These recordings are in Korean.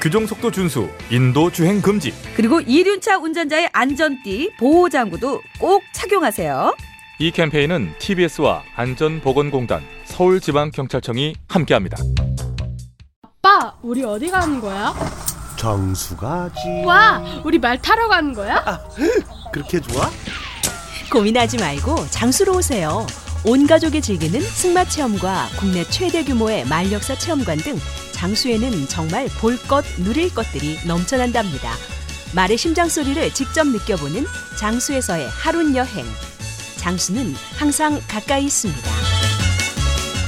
규정속도 준수, 인도 주행 금지. 그리고 이륜차 운전자의 안전띠, 보호장구도 꼭 착용하세요. 이 캠페인은 TBS와 안전보건공단, 서울지방경찰청이 함께합니다. 아빠, 우리 어디 가는 거야? 정수 가지. 와, 우리 말 타러 가는 거야? 그렇게 좋아? 고민하지 말고 장수로 오세요. 온 가족이 즐기는 승마 체험과 국내 최대 규모의 말력사 체험관 등 장수에는 정말 볼 것, 누릴 것들이 넘쳐난답니다. 말의 심장 소리를 직접 느껴보는 장수에서의 하룬 여행. 장수는 항상 가까이 있습니다.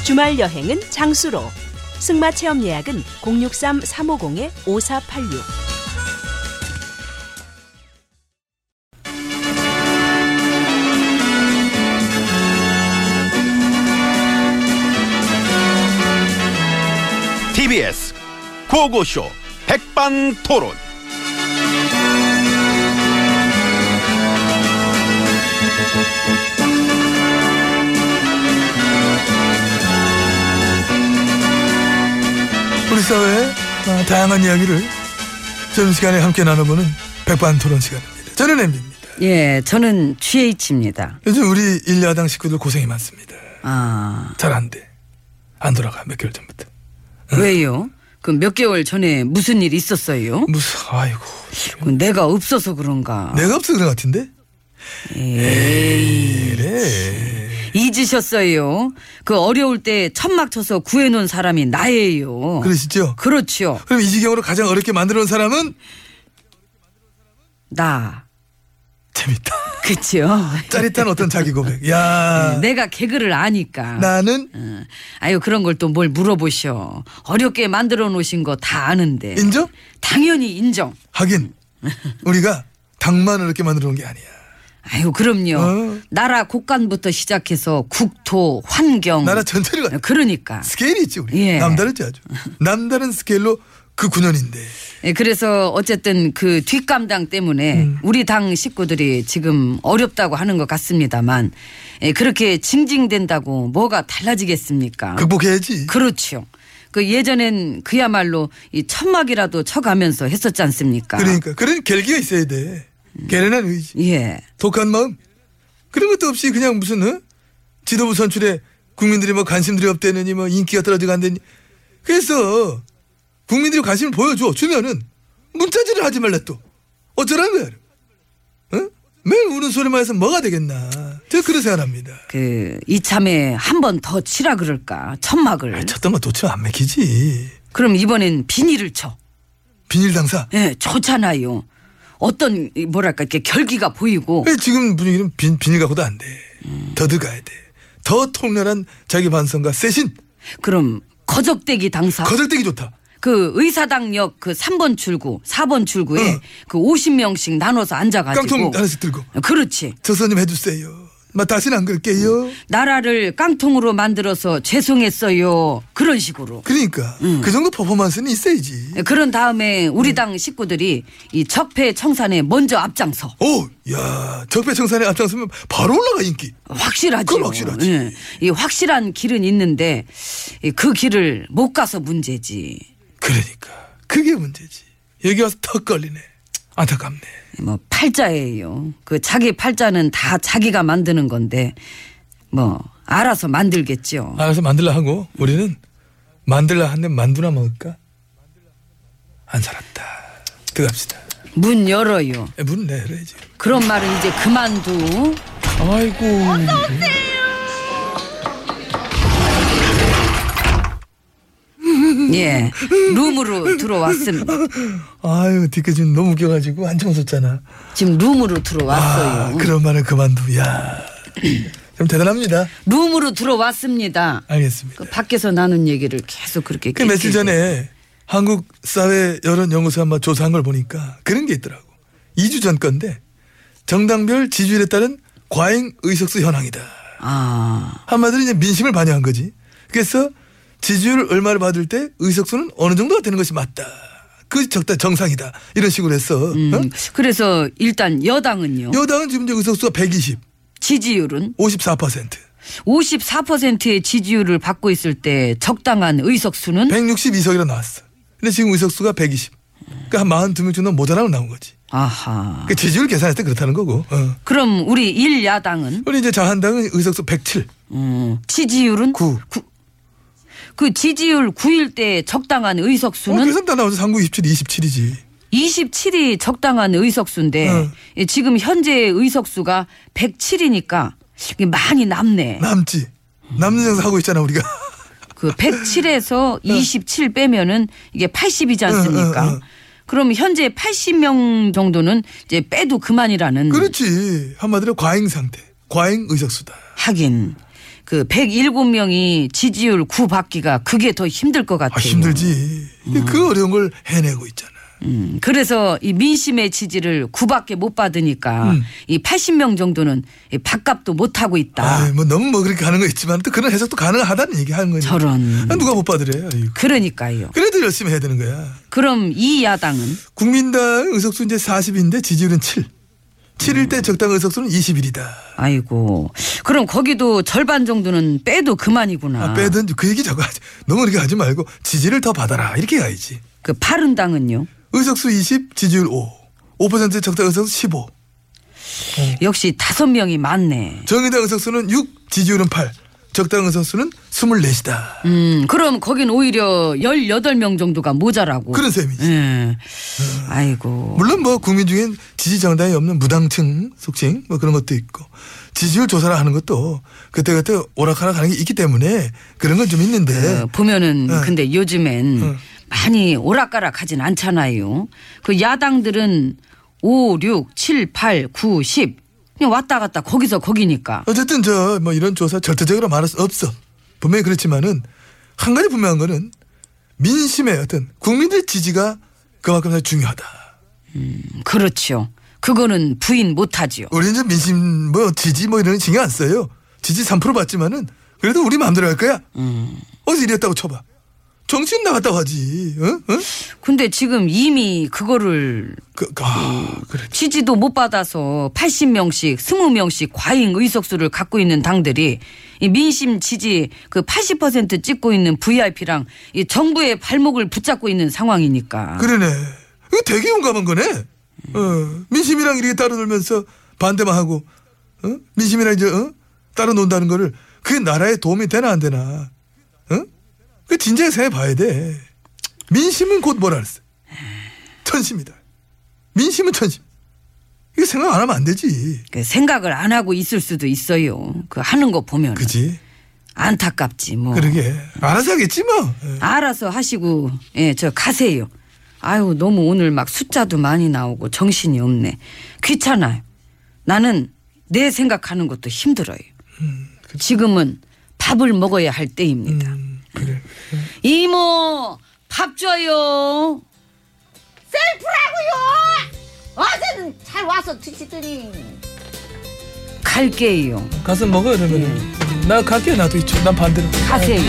주말 여행은 장수로. 승마 체험 예약은 063-350-5486. TBS 고고쇼 백반토론. 우리 사회의 어, 다양한 이야기를 점심시간에 함께 나눠보는 백반토론 시간입니다. 저는 엠비입니다. 예, 저는 GH입니다. 요즘 우리 일야당 식구들 고생이 많습니다. 아, 잘 안 돼. 안 돌아가 몇 개월 전부터. 왜요? 그 몇 개월 전에 무슨 일 있었어요? 무슨 아이고 그 내가 없어서 그런가? 예. 내가 없어 그런 것 같은데? 네. 에이, 그래. 잊으셨어요. 그 어려울 때 천막 쳐서 구해놓은 사람이 나예요. 그러시죠? 그렇죠. 그럼 이 지경으로 가장 어렵게 만들어 놓은 사람은 나. 재밌다. 그쵸? 짜릿한 어떤 자기 고백. 야 내가 개그를 아니까. 나는 어, 아유, 그런 걸 또 뭘 물어보셔. 어렵게 만들어 놓으신 거 다 아는데. 인정? 당연히 인정. 하긴 우리가 당만 어렵게 만들어 놓은 게 아니야. 아유, 그럼요. 어. 나라 곳간부터 시작해서 국토, 환경. 나라 전체를 어, 그러니까. 스케일이 있지 우리. 예. 남다르지 아주. 남다른 스케일로 그 9년인데. 예, 그래서 어쨌든 그 뒷감당 때문에 우리 당 식구들이 지금 어렵다고 하는 것 같습니다만 예, 그렇게 징징댄다고 뭐가 달라지겠습니까? 극복해야지. 그렇죠. 그 예전엔 그야말로 이 천막이라도 쳐가면서 했었지 않습니까? 그러니까 그런 결기가 있어야 돼. 결연한 의지, 예. 독한 마음 그런 것도 없이 그냥 무슨 어? 지도부 선출에 국민들이 뭐 관심들이 없대느니 뭐 인기가 떨어지고 안 되니 그래서 국민들이 관심을 보여줘 주면은 문자질을 하지 말라 또 어쩌라는 거야? 응? 매일 우는 소리만 해서 뭐가 되겠나? 저 그런 생각합니다. 그 이참에 한 번 더 치라 그럴까? 천막을. 아, 쳤던 거 도치면 안 맥히지. 그럼 이번엔 비닐을 쳐. 비닐 당사. 예, 좋잖아요. 어떤 이 뭐랄까 이렇게 결기가 보이고 왜 지금 분위기는 비, 비닐 갖고도 안 돼. 더 들어가야 돼. 더 통렬한 자기 반성과 세신. 그럼 거적대기 당사. 거절되기 좋다. 그 의사당역 그 3번 출구, 4번 출구에 응. 그 50명씩 나눠서 앉아가지고. 어. 깡통 하나씩 들고. 그렇지. 저 선임 해주세요. 마 다시는 안 그럴게요. 음. 나라를 깡통으로 만들어서 죄송했어요. 그런 식으로. 그러니까 그 정도 퍼포먼스는 있어야지. 그런 다음에 우리 당 식구들이 이 적폐 청산에 먼저 앞장서. 오, 야 적폐청산에 앞장서면 바로 올라가 인기. 확실하죠. 그건 확실하지. 예. 이 확실한 길은 있는데 이그 길을 못 가서 문제지. 그러니까 그게 문제지. 여기 와서 턱 걸리네. 안타깝네. 뭐 팔자예요. 그 자기 팔자는 다 자기가 만드는 건데 뭐 알아서 만들겠죠. 알아서 만들라 하고 우리는 만들라 한데 만두나 먹을까? 안 살았다. 들어갑시다. 예, 문 열어요. 문 내려야지. 그런 말은 이제 그만두. 아이고. 예. 룸으로 들어왔습니다. 아유 뒤끝 지금 너무 웃겨가지고 한참 웃었잖아. 지금 룸으로 아 들어왔어요. 그런 말은 그만두. 야. 참 대단합니다. 룸으로 들어왔습니다. 알겠습니다. 그 밖에서 나눈 얘기를 계속 그렇게 그 며칠 길게. 전에 한국 사회 여론 연구소 한번 조사한 걸 보니까 그런 게 있더라고. 2주 전 건데 정당별 지지율에 따른 과잉 의석수 현황이다. 아, 한마디로 이제 민심을 반영한 거지. 그래서 지지율 얼마를 받을 때 의석수는 어느 정도가 되는 것이 맞다. 그 적다 정상이다. 이런 식으로 했어. 음. 어? 그래서 일단 여당은요. 여당은 지금 이제 의석수가 120, 지지율은 54%, 54%의 지지율을 받고 있을 때 적당한 의석수는 162석이라 나왔어. 근데 지금 의석수가 120. 그러니까 한 42명 정도 모자라고 나온 거지. 아하. 그 지지율 계산할 때 그렇다는 거고. 어. 그럼 우리 일야당은 우리 이제 자한당은 의석수 107. 음, 지지율은 구. 그 지지율 9일 때 적당한 어, 의석수는 그래서 다 나오죠. 3구 27, 27이지. 27이 적당한 의석수인데 어. 예, 지금 현재 의석수가 107이니까 많이 남네. 남지. 남는 장사 하고 있잖아 우리가. 그 107에서 27 빼면은 이게 80이지 않습니까? 응, 응, 응. 그럼 현재 80명 정도는 이제 빼도 그만이라는 그렇죠. 그렇지. 한마디로 과잉 상태. 과잉 의석수다. 하긴 그 107명이 지지율 9 받기가 그게 더 힘들 것 같아요. 아, 힘들지. 근데 그 어려운 걸 해내고 있잖아. 음, 그래서 이 민심의 지지를 9밖에 못 받으니까 음. 이 80명 정도는 이 밥값도 못 하고 있다. 아, 뭐 너무 뭐 그렇게 가는 거 있지만 또 그런 해석도 가능하다는 얘기하는 거지. 저런. 아, 누가 못 받으래? 아이고. 그러니까요. 그래도 열심히 해야 되는 거야. 그럼 이 야당은 국민당 의석수 이제 40인데 지지율은 7. 7일 때 적당 의석수는 21이다. 아이고 그럼 거기도 절반 정도는 빼도 그만이구나. 아, 빼든 그 얘기 자꾸 하지. 너무 그렇게 하지 말고 지지를 더 받아라. 이렇게 해야지. 그 바른당은요. 의석수 20, 지지율 5. 5% 적당 의석수 15. 역시 다섯 명이 많네. 정의당 의석수는 6, 지지율은 8. 적당 의석수는 24시다. 음 그럼 거긴 오히려 18명 정도가 모자라고. 그런 셈이지. 예. 아이고. 물론 뭐 국민 중엔 지지 정당이 없는 무당층 속칭 뭐 그런 것도 있고 지지율 조사를 하는 것도 그때그때 오락가락 하는 게 있기 때문에 그런 건 좀 있는데 그 보면은 응. 근데 요즘엔 예. 많이 오락가락 하진 않잖아요. 그 야당들은 5, 6, 7, 8, 9, 10 그냥 왔다 갔다 거기서 거기니까. 어쨌든 저 뭐 이런 조사 절대적으로 말할 수 없어. 분명히 그렇지만은 한 가지 분명한 거는 민심의 어떤 국민들의 지지가 그만큼 아주 중요하다. 그렇죠. 그거는 부인 못하지요. 우리는 이제 민심 뭐 지지 뭐 이런 거 신경 안 써요. 지지 3% 받지만은 그래도 우리 마음대로 할 거야. 어디서 이랬다고 쳐봐. 정신 나갔다고 하지. 응? 응? 근데 지금 이미 그거를 그, 아, 그래. 지지도 못 받아서 80명씩, 20명씩 과잉 의석수를 갖고 있는 당들이 이 민심 지지 그 80% 찍고 있는 VIP랑 이 정부의 발목을 붙잡고 있는 상황이니까. 그러네. 이거 되게 용감한 거네. 어, 민심이랑 이렇게 따로 놀면서 반대만 하고, 어? 민심이랑 이제, 어? 따로 논다는 거를 그게 나라에 도움이 되나 안 되나. 어? 그 진작에 생각해 봐야 돼. 민심은 곧 뭐라 그랬어. 천심이다. 민심은 천심. 이거 생각 안 하면 안 되지. 그 생각을 안 하고 있을 수도 있어요. 그 하는 거 보면 그지? 안타깝지 뭐. 그러게. 알아서 하겠지 뭐. 예. 알아서 하시고 예, 저 가세요. 아유, 너무 오늘 막 숫자도 많이 나오고 정신이 없네. 귀찮아요. 나는 내 생각하는 것도 힘들어요. 음, 지금은 밥을 먹어야 할 때입니다. 음, 그래. 이모, 밥 줘요. 어제는 잘 와서 드시더니. 갈게요. 가서 먹어, 이러면. 은나 갈게, 나도 있죠. 난 반대로. 가세요.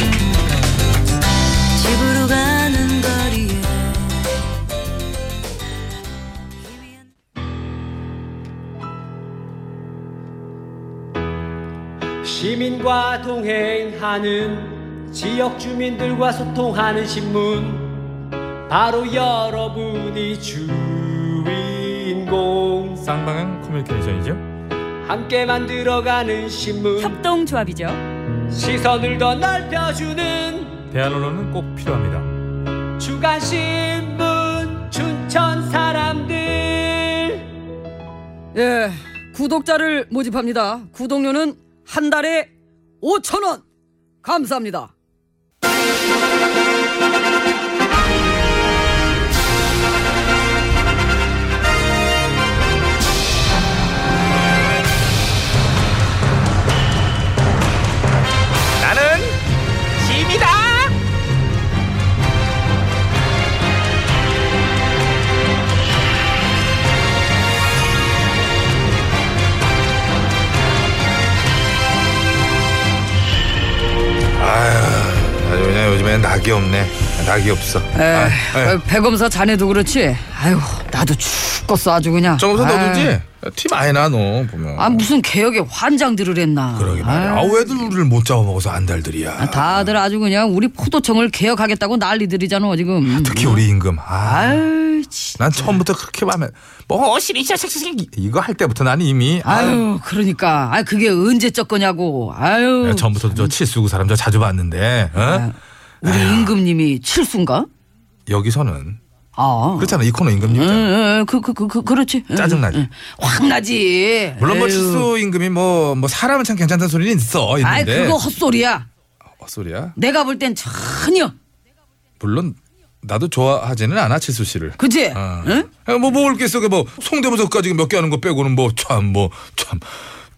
시민과 동행하는 지역 주민들과 소통하는 신문 바로 여러분이 주인공 쌍방향 커뮤니케이션이죠. 함께 만들어가는 신문 협동조합이죠. 시선을 더 넓혀주는 대한 언론은 꼭 필요합니다. 주간 신문 춘천 사람들 예, 구독자를 모집합니다. 구독료는 한 달에 5천 원. 감사합니다. 나는 짐이다. 낙이 없네. 낙이 없어. 에, 네. 어, 배검사 자네도 그렇지. 아유, 나도 죽겠어 아주 그냥. 저 검사 아유. 너도지? 팀 아이나 너 보면. 아 무슨 개혁의 환장들을 했나. 그러게 말이야. 아, 왜들 우리를 못 잡아먹어서 안달들이야. 아, 다들 아주 그냥 우리 포도청을 개혁하겠다고 난리들이잖아 지금. 음. 특히 우리 임금. 아, 아유, 난 처음부터 그렇게 마음에 뭐 어시리 샤샥샥 이거 할 때부터 난 이미 아유, 그러니까. 아 그게 언제적 거냐고. 아유. 야, 처음부터 저 칠수구 사람 저 자주 봤는데 어? 아. 우리 임금님이 칠순가? 여기서는 아. 그렇잖아 이 코너 임금 응, 응, 그, 그, 그, 그, 그렇지. 응, 짜증나지. 응. 확 나지. 물론 뭐 에휴. 칠수 임금이 뭐, 뭐 사람은 참 괜찮다는 소리는 있어 아이, 있는데 어, 그거 헛소리야. 헛소리야 내가 볼 땐 전혀. 물론 나도 좋아하지는 않아 칠수 씨를 그지? 어. 야, 뭐 먹을 게 있어 그뭐 송대모사까지 몇 개 하는 거 빼고는 뭐 참 뭐 참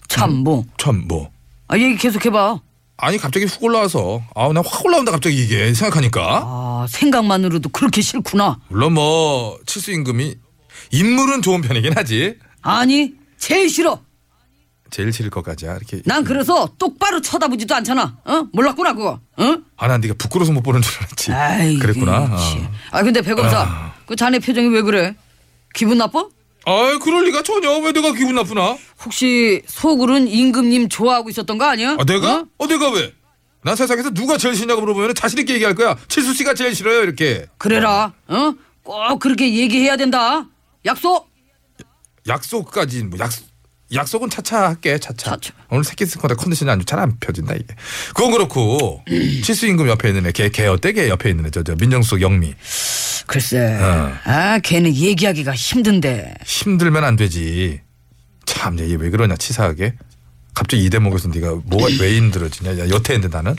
참 뭐. 참 뭐 아, 얘기 계속 해봐. 아니 갑자기 훅 올라와서 아우 나 확 올라온다 갑자기 이게 생각하니까 아, 생각만으로도 그렇게 싫구나. 물론 뭐 칠수 임금이 인물은 좋은 편이긴 하지 아니, 제일 싫어. 제일 싫을 것까지야 이렇게 난 그래서 똑바로 쳐다보지도 않잖아. 어? 몰랐구나, 그거. 어? 아난 네가 부끄러워서 못 보는 줄 알았지 아이, 그랬구나 어. 아, 근데 배검사. 그 자네 표정이 왜 그래? 기분 나빠? 아이 그럴 리가 전혀 왜 내가 기분 나쁘나 혹시 속으론 임금님 좋아하고 있었던 거 아니야? 아 내가 어? 어 내가 왜 난 세상에서 누가 제일 싫냐고 물어보면 자신 있게 얘기할 거야 칠수 씨가 제일 싫어요 이렇게 그래라. 어? 꼭 그렇게 얘기해야 된다. 약속. 약속까지 뭐 약속 약속은 차차 할게 차차, 오늘 새끼 스쿼드 컨디션이 아주 잘 안 펴진다 이게 그건 그렇고 칠수 임금 옆에 있는 애걔걔 어때 걔 옆에 있는 애저저 민정수석 영미 글쎄. 어. 아, 걔는 얘기하기가 힘든데. 힘들면 안 되지 참 얘 왜 그러냐 치사하게 갑자기 이 대목에서 네가 뭐가 왜 힘들어지냐 야 여태 했는데 나는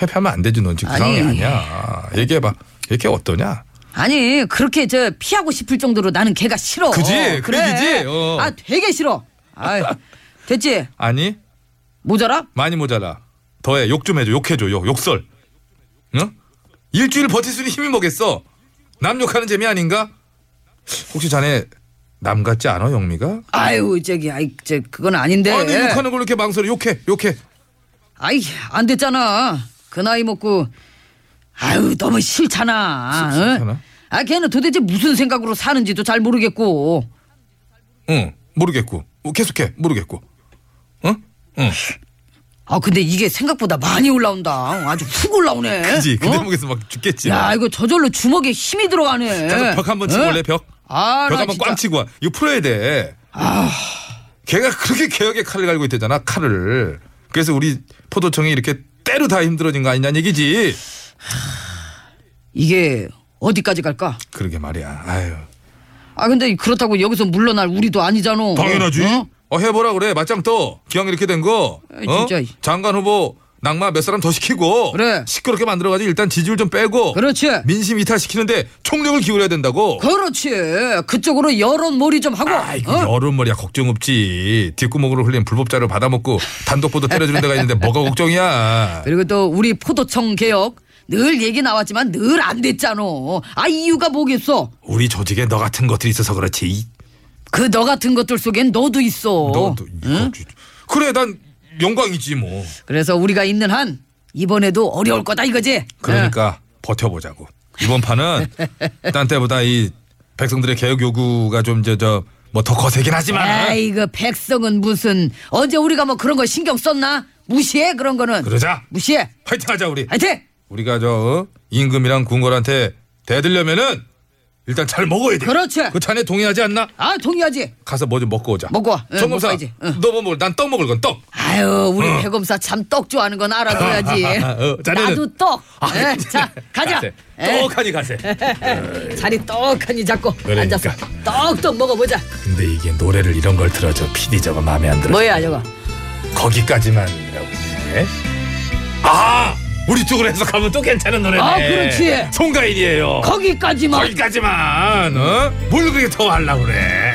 회피하면 안 되지 넌 지금 그 아니. 상황이 아니야 얘기해봐 얘걔 어떠냐 아니, 그렇게 저 피하고 싶을 정도로 나는 걔가 싫어. 그지? 그 얘기지? 어. 아, 되게 싫어. 아, 됐지? 아니 모자라? 많이 모자라. 더해 욕 좀 해줘. 욕해줘. 욕 욕설. 응? 일주일 버틸 수는 힘이 뭐겠어. 남 욕하는 재미 아닌가? 혹시 자네 남 같지 않아 영미가? 아유, 저기, 아이, 저, 그건 아닌데. 아니 욕하는 걸로 이렇게 망설여 욕해 욕해. 아이, 안 됐잖아. 그 나이 먹고. 아유, 너무 싫잖아. 싫- 싫잖아? 응? 아, 걔는 도대체 무슨 생각으로 사는지도 잘 모르겠고. 응 모르겠고 어, 계속해 모르겠고. 응? 응. 아 근데 이게 생각보다 많이 올라온다. 아주 훅 올라오네. 그지 그 어? 대목에서 막 죽겠지. 야 이거 저절로 주먹에 힘이 들어가네. 가서 벽 한번 치고 어? 올래 벽. 아, 벽 나 한번 진짜. 아. 꽝 치고 와. 이거 풀어야 돼. 걔가 그렇게 개혁의 칼을 갈고 있대잖아 칼을. 그래서 우리 포도청이 이렇게 때로 다 힘들어진 거 아니냐는 얘기지. 이게 어디까지 갈까? 그러게 말이야. 아유. 아 근데 그렇다고 여기서 물러날 우리도 아니잖아. 당연하지. 어? 어, 해보라 그래. 맞짱 떠. 기왕 이렇게 된 거. 에이, 어? 아, 진짜. 장관 후보 낙마 몇 사람 더 시키고. 그래. 시끄럽게 만들어가지고 일단 지지율 좀 빼고. 그렇지. 민심 이탈시키는데 총력을 기울여야 된다고. 그렇지. 그쪽으로 여론 몰이 좀 하고. 아이고 어? 여름머리야 걱정 없지 뒷구멍으로 흘린 불법자료 받아먹고 단독보도 때려주는 데가 있는데 뭐가 걱정이야 그리고 또 우리 포도청 개혁 늘 얘기 나왔지만 늘 안 됐잖아. 아 이유가 뭐겠어? 우리 조직에 너 같은 것들이 있어서 그렇지 이- 그 너 같은 것들 속엔 너도 있어. 너도 이거 주- 그래 난 영광이지 뭐 그래서 우리가 있는 한 이번에도 어려울 거다 이거지. 그러니까 네. 버텨보자고. 이번 판은 딴 때보다 이 백성들의 개혁 요구가 좀 이제 저뭐 더 거세긴 하지만 아이고 어. 그 백성은 무슨 언제 우리가 뭐 그런 거 신경 썼나? 무시해 그런 거는. 그러자 무시해. 화이팅하자 우리. 하여튼 우리가 저 어? 임금이랑 궁궐한테 대들려면은 일단 잘 먹어야 돼. 그렇지. 그 자네 동의하지 않나? 아 동의하지. 가서 뭐 좀 먹고 오자. 먹고 와. 응, 먹고 정검사, 와야지. 응. 너뭐 먹을? 난 떡 먹을 건 떡. 아유 우리 배검사 참 떡 좋아하는 건 알아둬야지. 어, 자네는- 나도 떡. 아, 예, 진짜. 자 가자. 가세. 예, 떡하니 가세. 자리 떡하니 잡고 그러니까. 앉아서 떡떡 먹어보자. 근데 이게 노래를 이런 걸 틀어줘 PD 저거 마음에 안 들어. 뭐야 저거? 거기까지만이라고 했는데 아 우리 쪽으로 해석하면 또 괜찮은 노래네 아, 그렇지. 송가인이에요 거기까지만. 거기까지만 어? 뭘 그렇게 더 하려고 그래